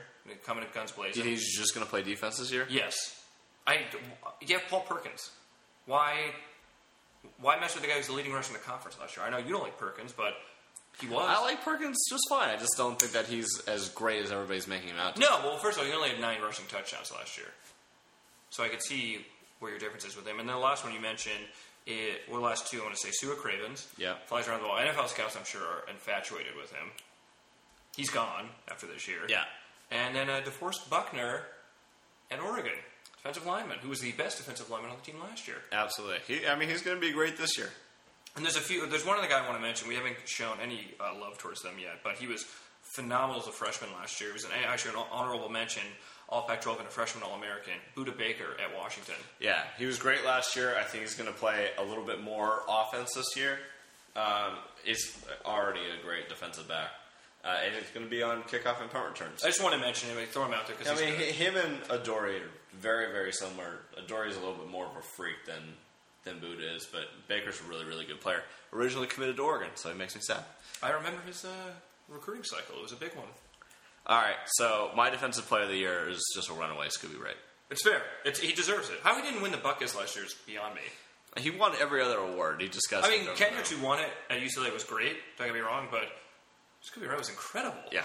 Speaker 3: Coming at guns blazing.
Speaker 2: Do you think he's just going to play defense this year?
Speaker 3: Yes. I yeah. Paul Perkins. Why? Why mess with the guy who's the leading rusher in the conference last year? I know you don't like Perkins, but he was.
Speaker 2: I like Perkins just fine. I just don't think that he's as great as everybody's making him out. to be.
Speaker 3: No, well, first of all, he only had nine rushing touchdowns last year, so I could see where your difference is with him. And then the last one you mentioned, it, well, the last two I want to say, Sua Cravens.
Speaker 2: Yeah.
Speaker 3: flies around the ball. NFL scouts, I'm sure, are infatuated with him. He's gone after this year.
Speaker 2: Yeah.
Speaker 3: and then uh, DeForest Buckner at Oregon, defensive lineman, who was the best defensive lineman on the team last year.
Speaker 2: Absolutely. He, I mean, he's going to be great this year.
Speaker 3: And there's a few. There's one other guy I want to mention. We haven't shown any uh, love towards them yet, but he was phenomenal as a freshman last year. He was an, actually an honorable mention, All Pac-12 and a freshman All-American. Buda Baker at Washington.
Speaker 2: Yeah, he was great last year. I think he's going to play a little bit more offense this year. Um, he's already a great defensive back, uh, and he's going to be on kickoff and punt returns.
Speaker 3: I just want to mention him. I throw him out there
Speaker 2: I
Speaker 3: because
Speaker 2: mean,
Speaker 3: he's
Speaker 2: hi- him and Adori are very, very similar. Adori is a little bit more of a freak than than Buddha is, but Baker's a really, really good player. Originally committed to Oregon, so it makes me sad.
Speaker 3: I remember his uh, recruiting cycle. It was a big one.
Speaker 2: All right, so my defensive player of the year is just a runaway Scooby Wright.
Speaker 3: It's fair. It's, he deserves it. How he didn't win the Buckeyes last year is beyond me.
Speaker 2: He won every other award. He just got.
Speaker 3: I mean,
Speaker 2: skipped over
Speaker 3: Kenya
Speaker 2: that.
Speaker 3: who won it at UCLA was great. Don't get me wrong, but Scooby Wright was incredible.
Speaker 2: Yeah.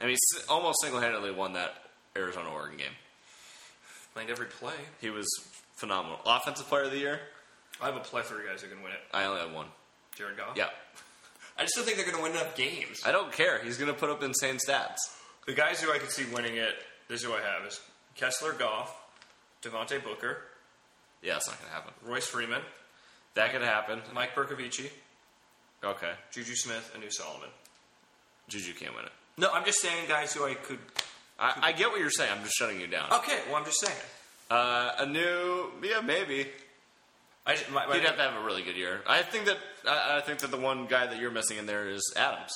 Speaker 2: I mean, s- almost single handedly won that Arizona Oregon game.
Speaker 3: Played every play.
Speaker 2: He was phenomenal. Offensive player of the year,
Speaker 3: I have a plethora of guys who can win it.
Speaker 2: I only have one.
Speaker 3: Jared Goff.
Speaker 2: Yeah.
Speaker 3: I just don't think they're going to win enough games.
Speaker 2: I don't care. He's going to put up insane stats.
Speaker 3: The guys who I could see winning it, this is who I have is Kessler Goff, Devontae Booker,
Speaker 2: Yeah, it's not gonna happen.
Speaker 3: Royce Freeman,
Speaker 2: That could happen.
Speaker 3: Mike Bercovici,
Speaker 2: Okay,
Speaker 3: Juju Smith, and New Solomon.
Speaker 2: Juju can't win it.
Speaker 3: No, I'm just saying guys who I could.
Speaker 2: I, I get what you're saying. I'm just shutting you down.
Speaker 3: Okay, well I'm just saying.
Speaker 2: Uh, a new, yeah, maybe.
Speaker 3: I just, my, my,
Speaker 2: He'd have to have a really good year. I think that I, I think that the one guy that you're missing in there is Adams.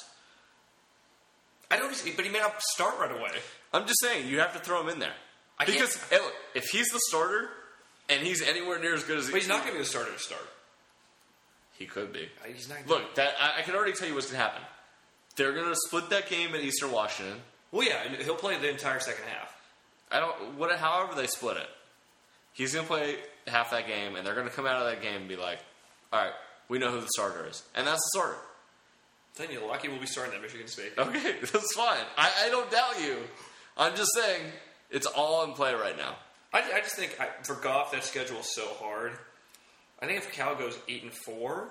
Speaker 3: I don't, but he may not start right away.
Speaker 2: I'm just saying you have to throw him in there
Speaker 3: I can't-
Speaker 2: because hey, look, if he's the starter and he's anywhere near as good as
Speaker 3: But he's not going to be the starter to start.
Speaker 2: he could be.
Speaker 3: I- Uh, He's not.
Speaker 2: Look, that I, I can already tell you what's going to happen. They're going to split that game at Eastern Washington.
Speaker 3: Well, yeah, and he'll play the entire second half.
Speaker 2: I don't. What? However, they split it. He's going to play half that game, and they're going to come out of that game and be like, "All right, we know who the starter is, and that's the starter."
Speaker 3: Then you're lucky we'll be starting that Michigan State. game.
Speaker 2: Okay, that's fine. I, I don't doubt you. I'm just saying it's all in play right now.
Speaker 3: I, I just think I, for golf that schedule is so hard. I think if Cal goes eight and four,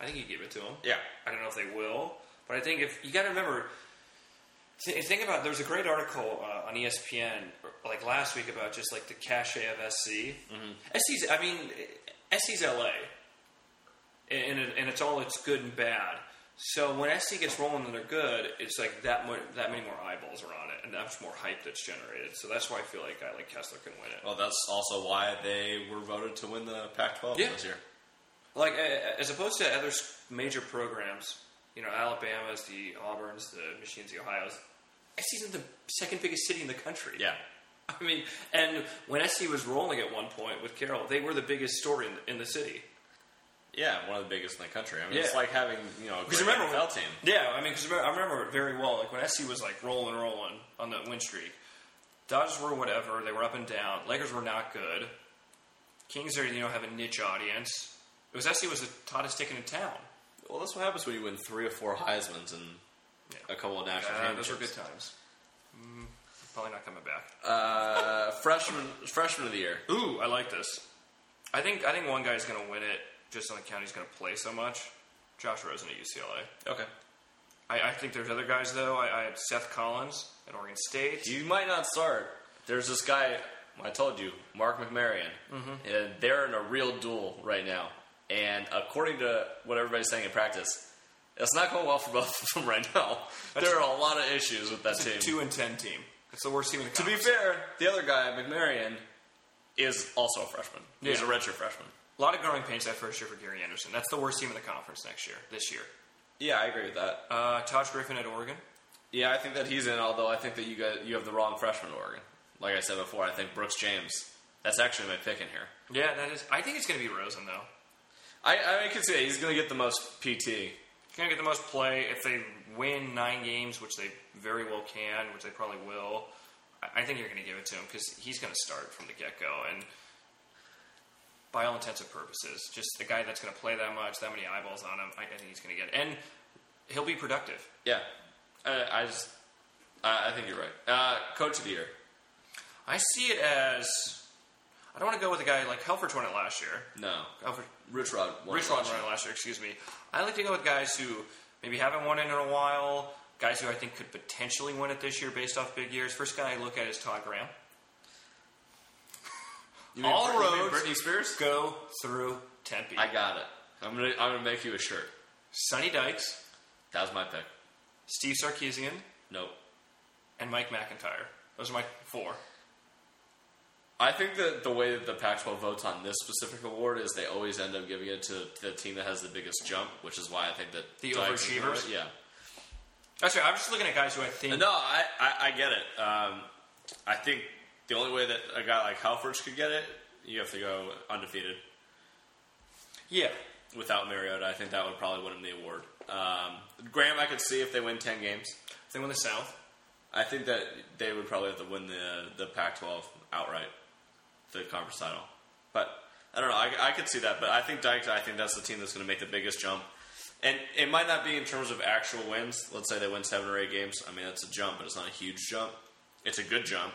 Speaker 3: I think you give it to him.
Speaker 2: Yeah.
Speaker 3: I don't know if they will, but I think if you got to remember, th- think about. There's a great article uh, on ESPN like last week about just like the cachet of SC. Mm-hmm. SC's, I mean, SC's LA, and it, and it's all it's good and bad. So when SC gets rolling and they're good, it's like that mo- that many more eyeballs are on it, and that much more hype that's generated. So that's why I feel like I like Kessler can win it.
Speaker 2: Well, that's also why they were voted to win the Pac-12
Speaker 3: Yeah.
Speaker 2: this year.
Speaker 3: Like a- a- as opposed to other s- major programs, you know, Alabama's, the Auburns, the Michigan's, the Ohio's. SC's in the second biggest city in the country.
Speaker 2: Yeah.
Speaker 3: I mean, and when SC was rolling at one point with Carroll, they were the biggest story in, in the city.
Speaker 2: Yeah, one of the biggest in the country. I mean, it's
Speaker 3: Yeah.
Speaker 2: like having you know a great
Speaker 3: Because remember, when-
Speaker 2: NFL team.
Speaker 3: Yeah, I mean, because I remember it very well. Like when SC was like rolling, rolling on the win streak. Dodgers were whatever. They were up and down. Lakers were not good. Kings are you know have a niche audience. It was SC was the hottest ticket in town.
Speaker 2: Well, that's what happens when you win three or four Heisman's and
Speaker 3: Yeah.
Speaker 2: a couple of national
Speaker 3: Uh, those
Speaker 2: championships.
Speaker 3: were good times. Mm, probably not coming back.
Speaker 2: Uh, freshman, freshman of the year.
Speaker 3: Ooh, I like this. I think I think one guy's going to win it just on the count he's going to play so much. Josh Rosen at UCLA.
Speaker 2: Okay.
Speaker 3: I, I think there's other guys though. I, I had Seth Collins at Oregon State.
Speaker 2: You might not start. There's this guy I told you, Mark McMarion, and they're in a real duel right now. And according to what everybody's saying in practice, it's not going well for both of them right now. there are a lot of issues with that team.
Speaker 3: Two and ten team. It's the worst team in the
Speaker 2: to be
Speaker 3: conference.
Speaker 2: fair, the other guy, McMarion, is also a freshman. He's a
Speaker 3: Yeah.
Speaker 2: redshirt freshman.
Speaker 3: a lot of growing pains that first year for Gary Anderson. That's the worst team in the conference next year. This year,
Speaker 2: Yeah, I agree with that.
Speaker 3: uh, Taj Griffin at Oregon.
Speaker 2: Yeah, I think that he's in. Although I think that you got you have the wrong freshman, in Oregon. Like I said before, I think Brooks James. That's actually my pick in here.
Speaker 3: Yeah, that is. I think it's going to be Rosen though.
Speaker 2: I, I can see that he's going to get the most PT.
Speaker 3: He's going to get the most play if they win nine games, which they very well can, which they probably will. I- I think you're going to give it to him because he's going to start from the get go. And by all intents and purposes, just a guy that's going to play that much, that many eyeballs on him, I I think he's going to get. And he'll be productive.
Speaker 2: Yeah, I, I just I, I think you're right. Uh, coach of the year?
Speaker 3: I see it as I don't want to go with a guy like Helfrich won it last year.
Speaker 2: No,
Speaker 3: Helfrich,
Speaker 2: Oh, Rich Rod. won
Speaker 3: Rich
Speaker 2: it
Speaker 3: Rod
Speaker 2: last
Speaker 3: won it
Speaker 2: year.
Speaker 3: last year, excuse me. I like to go with guys who maybe haven't won it in a while, guys who I think could potentially win it this year based off big years. First guy I look at is Todd Graham.
Speaker 2: You mean
Speaker 3: All
Speaker 2: Brit- you mean
Speaker 3: roads-
Speaker 2: Britney Spears.
Speaker 3: Go through Tempe.
Speaker 2: I got it. I'm gonna I'm gonna make you a shirt.
Speaker 3: Sonny Dykes,
Speaker 2: That was my pick.
Speaker 3: Steve Sarkeesian,
Speaker 2: Nope.
Speaker 3: and Mike McIntyre. Those are my four.
Speaker 2: I think that the way that the Pac-12 votes on this specific award is they always end up giving it to the team that has the biggest jump, which is why I think that
Speaker 3: The
Speaker 2: Dykes is
Speaker 3: overachievers?
Speaker 2: right. Yeah.
Speaker 3: That's right. I'm just looking at guys who I think.
Speaker 2: No, I, I, I get it. Um, I think the only way that a guy like Halfords could get it, you have to go undefeated
Speaker 3: Yeah.
Speaker 2: without Mariota. I think that would probably win him the award. Um, Graham, I could see if they win ten games.
Speaker 3: If they win the South.
Speaker 2: I think that they would probably have to win the the Pac-12 outright, the conference title. But I don't know. I, I could see that. But I think Dykes. I think that's the team that's going to make the biggest jump. And it might not be in terms of actual wins. Let's say they win seven or eight games. I mean, that's a jump, but it's not a huge jump. It's a good jump.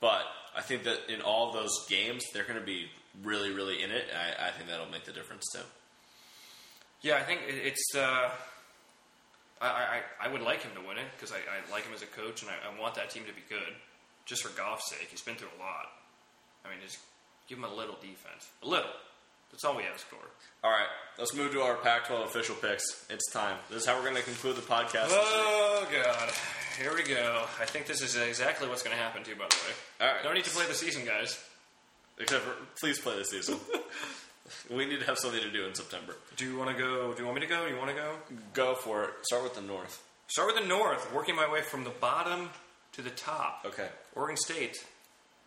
Speaker 2: But I think that in all of those games, they're going to be really, really in it. I, I think that'll make the difference too.
Speaker 3: Yeah, I think it- it's. Uh, I, I, I would like him to win it because I, I like him as a coach and I, I want that team to be good, just for golf's sake. He's been through a lot. I mean, just give him a little defense, a little. That's all we ask for.
Speaker 2: All right, let's move to our Pac-12 official picks. It's time. This is how we're going to conclude the podcast.
Speaker 3: Oh God, here we go. I think this is exactly what's going to happen too. By the way,
Speaker 2: All right.
Speaker 3: No need to play the season, guys.
Speaker 2: Except for, please play this season. we need to have something to do in September.
Speaker 3: Do you want to go? Do you want me to go? You want to go?
Speaker 2: Go for it. Start with the North.
Speaker 3: Start with the North, working my way from the bottom to the top.
Speaker 2: Okay.
Speaker 3: Oregon State,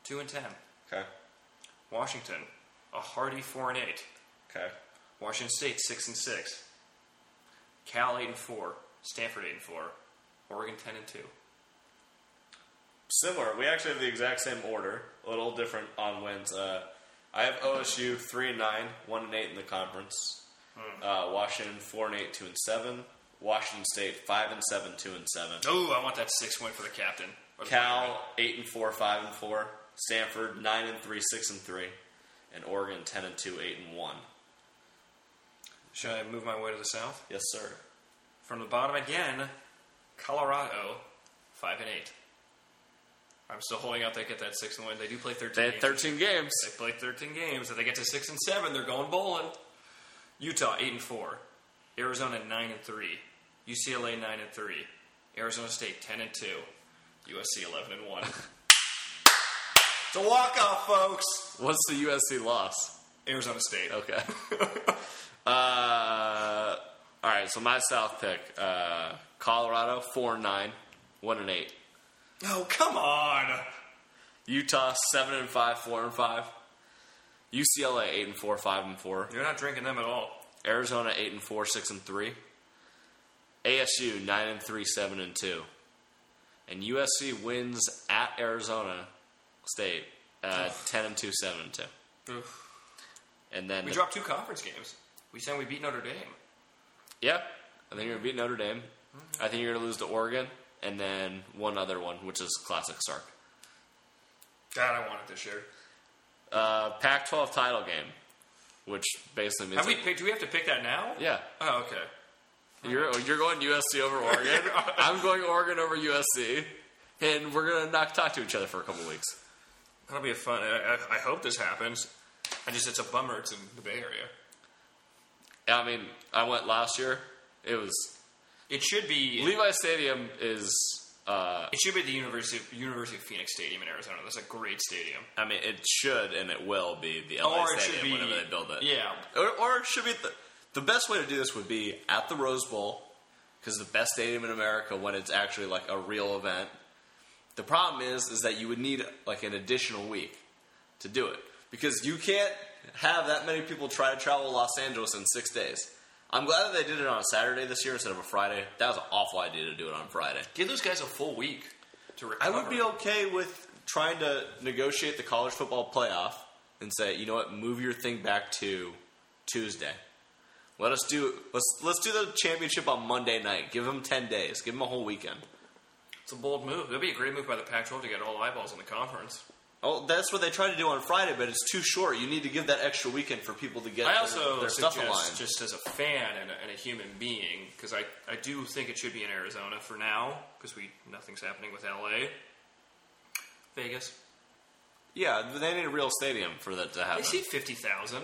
Speaker 3: two and ten.
Speaker 2: Okay.
Speaker 3: Washington, a hearty four and eight.
Speaker 2: Okay.
Speaker 3: Washington State six and six. Cal eight and four. Stanford eight and four. Oregon ten and two.
Speaker 2: Similar. We actually have the exact same order. A little different on wins. Uh, I have OSU three and nine, one and eight in the conference. Uh, Washington four and eight, two and seven. Washington State five and seven, two and seven.
Speaker 3: Oh, I want that six win for the captain. Or the
Speaker 2: Cal eight and four, five and four. Stanford nine and three, six and three, and Oregon ten and two, eight and one.
Speaker 3: Should I move my way to the south?
Speaker 2: Yes, sir.
Speaker 3: From the bottom again, Colorado, five and eight. I'm still holding out. They get that six and one. They do play thirteen.
Speaker 2: They had
Speaker 3: games.
Speaker 2: thirteen games.
Speaker 3: They play thirteen games. If they get to six and seven, they're going bowling. Utah eight and four. Arizona nine and three. UCLA nine and three. Arizona State ten and two. USC eleven and one. it's a walk off, folks. Oh.
Speaker 2: What's the USC loss?
Speaker 3: Arizona State.
Speaker 2: Okay. uh, all right. So my South pick: uh, Colorado four and nine, one and eight.
Speaker 3: Oh come on.
Speaker 2: Utah seven and five, four and five. UCLA eight and four, five and four.
Speaker 3: You're not drinking them at all.
Speaker 2: Arizona eight and four, six and three. ASU nine and three, seven and two. And USC wins at Arizona State uh, ten and two, seven and two.
Speaker 3: Oof.
Speaker 2: And then
Speaker 3: We
Speaker 2: the-
Speaker 3: dropped two conference games. We said we beat Notre Dame.
Speaker 2: Yeah. I think you're going to beat Notre Dame. I think you're going to lose to Oregon. And then one other one, which is classic Sark.
Speaker 3: God, I want it this year.
Speaker 2: Uh, Pac 12 title game, which basically means.
Speaker 3: Have we? picked- Do we have to pick that now?
Speaker 2: yeah.
Speaker 3: Oh, okay.
Speaker 2: You're, you're going USC over Oregon. I'm going Oregon over USC. And we're going to not talk to each other for a couple weeks.
Speaker 3: That'll be a fun. I, I, I hope this happens. I just it's a bummer. It's in the Bay Area.
Speaker 2: I mean, I went last year. It was.
Speaker 3: It should be.
Speaker 2: Levi Stadium is. Uh,
Speaker 3: It should be at the University of, University of Phoenix Stadium in Arizona. That's a great stadium.
Speaker 2: I mean, it should and it will be the
Speaker 3: or it should be Yeah.
Speaker 2: Or, or it should be the, the best way to do this would be at the Rose Bowl because the best stadium in America when it's actually like a real event. The problem is is that you would need like an additional week to do it because you can't have that many people try to travel to Los Angeles in six days. I'm glad that they did it on a Saturday this year instead of a Friday. That was an awful idea to do it on Friday.
Speaker 3: Give those guys a full week to
Speaker 2: I
Speaker 3: recover.
Speaker 2: would be okay with trying to negotiate the college football playoff and say, you know what, move your thing back to Tuesday. Let us do let's let's do the championship on Monday night. Give them ten days. Give them a whole weekend.
Speaker 3: It's a bold move. That'd be a great move by the Pac-12 to get all eyeballs on the conference.
Speaker 2: Oh, that's what they tried to do on Friday, but it's too short. You need to give that extra weekend for people to get
Speaker 3: I
Speaker 2: their,
Speaker 3: also
Speaker 2: their
Speaker 3: suggest,
Speaker 2: stuff aligned.
Speaker 3: just as a fan and a, and a human being, because I, I do think it should be in Arizona for now, because we nothing's happening with LA, Vegas.
Speaker 2: yeah, they need a real stadium for that to
Speaker 3: They
Speaker 2: happen.
Speaker 3: see fifty thousand.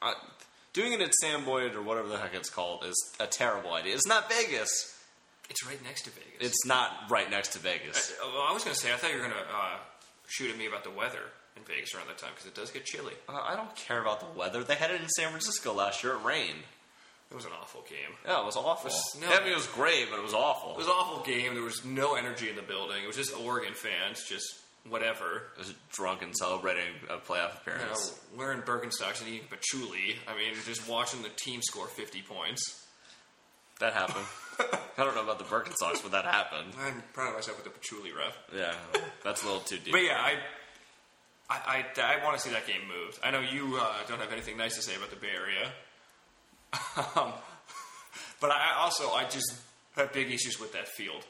Speaker 2: I, doing it at Sam Boyd or whatever the heck it's called is a terrible idea. It's not Vegas.
Speaker 3: It's right next to Vegas.
Speaker 2: It's not right next to Vegas.
Speaker 3: I, well, I was going to say, I thought you were going to uh, shoot at me about the weather in Vegas around that time because it does get chilly.
Speaker 2: Uh, I don't care about the weather. They had it in San Francisco last year. It rained.
Speaker 3: It was an awful game.
Speaker 2: Yeah, it was awful.
Speaker 3: was- no.
Speaker 2: I mean, it was great, but it was awful.
Speaker 3: It was an awful game. There was no energy in the building. It was just Oregon fans, just whatever.
Speaker 2: drunk and celebrating a playoff
Speaker 3: You know,
Speaker 2: appearance.
Speaker 3: wearing Birkenstocks and eating patchouli. I mean, just watching the team score fifty points.
Speaker 2: That happened. I don't know about the Birkenstocks, but that happened.
Speaker 3: I'm proud of myself with the patchouli ref.
Speaker 2: Yeah, that's a little too deep.
Speaker 3: But yeah, I, I, I, want to see that game moved. I know you uh, don't have anything nice to say about the Bay Area, um, but I I also I just have big issues with that field.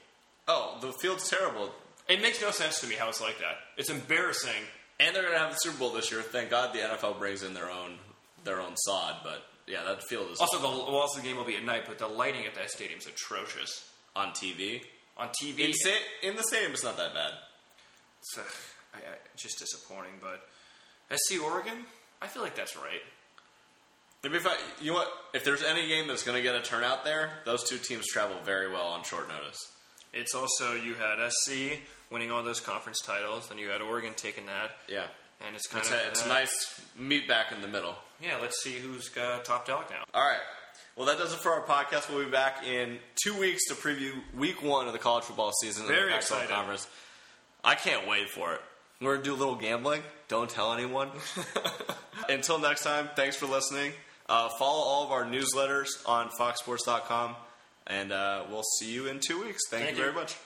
Speaker 2: oh, the field's terrible.
Speaker 3: It makes no sense to me how it's like that. It's embarrassing.
Speaker 2: And they're gonna have the Super Bowl this year. Thank God the NFL brings in their own their own sod, but yeah, that field is
Speaker 3: Also, the well, also the game will be at night, but the lighting at that stadium's atrocious.
Speaker 2: on TV.
Speaker 3: On TV,
Speaker 2: In, sa- in the stadium, it's not that bad.
Speaker 3: it's uh, I, I, just disappointing. But SC Oregon, I feel like that's right.
Speaker 2: Maybe if I, you know what, if there's any game that's going to get a turnout there, those two teams travel very well on short notice.
Speaker 3: It's also you had SC winning all those conference titles, then you had Oregon taking that,
Speaker 2: Yeah,
Speaker 3: and it's kind
Speaker 2: it's
Speaker 3: of
Speaker 2: a, it's a
Speaker 3: uh,
Speaker 2: nice meet back in the middle.
Speaker 3: Yeah, let's see who's got top dog now.
Speaker 2: All right. Well, that does it for our podcast. We'll be back in two weeks to preview Week One of the college football season. in
Speaker 3: Very
Speaker 2: the Pac-12
Speaker 3: excited.
Speaker 2: Conference. I can't wait for it. We're gonna do a little gambling. Don't tell anyone. Until next time, thanks for listening. Uh, follow all of our newsletters on FoxSports.com, and uh, we'll see you in two weeks. Thank,
Speaker 3: Thank
Speaker 2: you very
Speaker 3: you.
Speaker 2: much.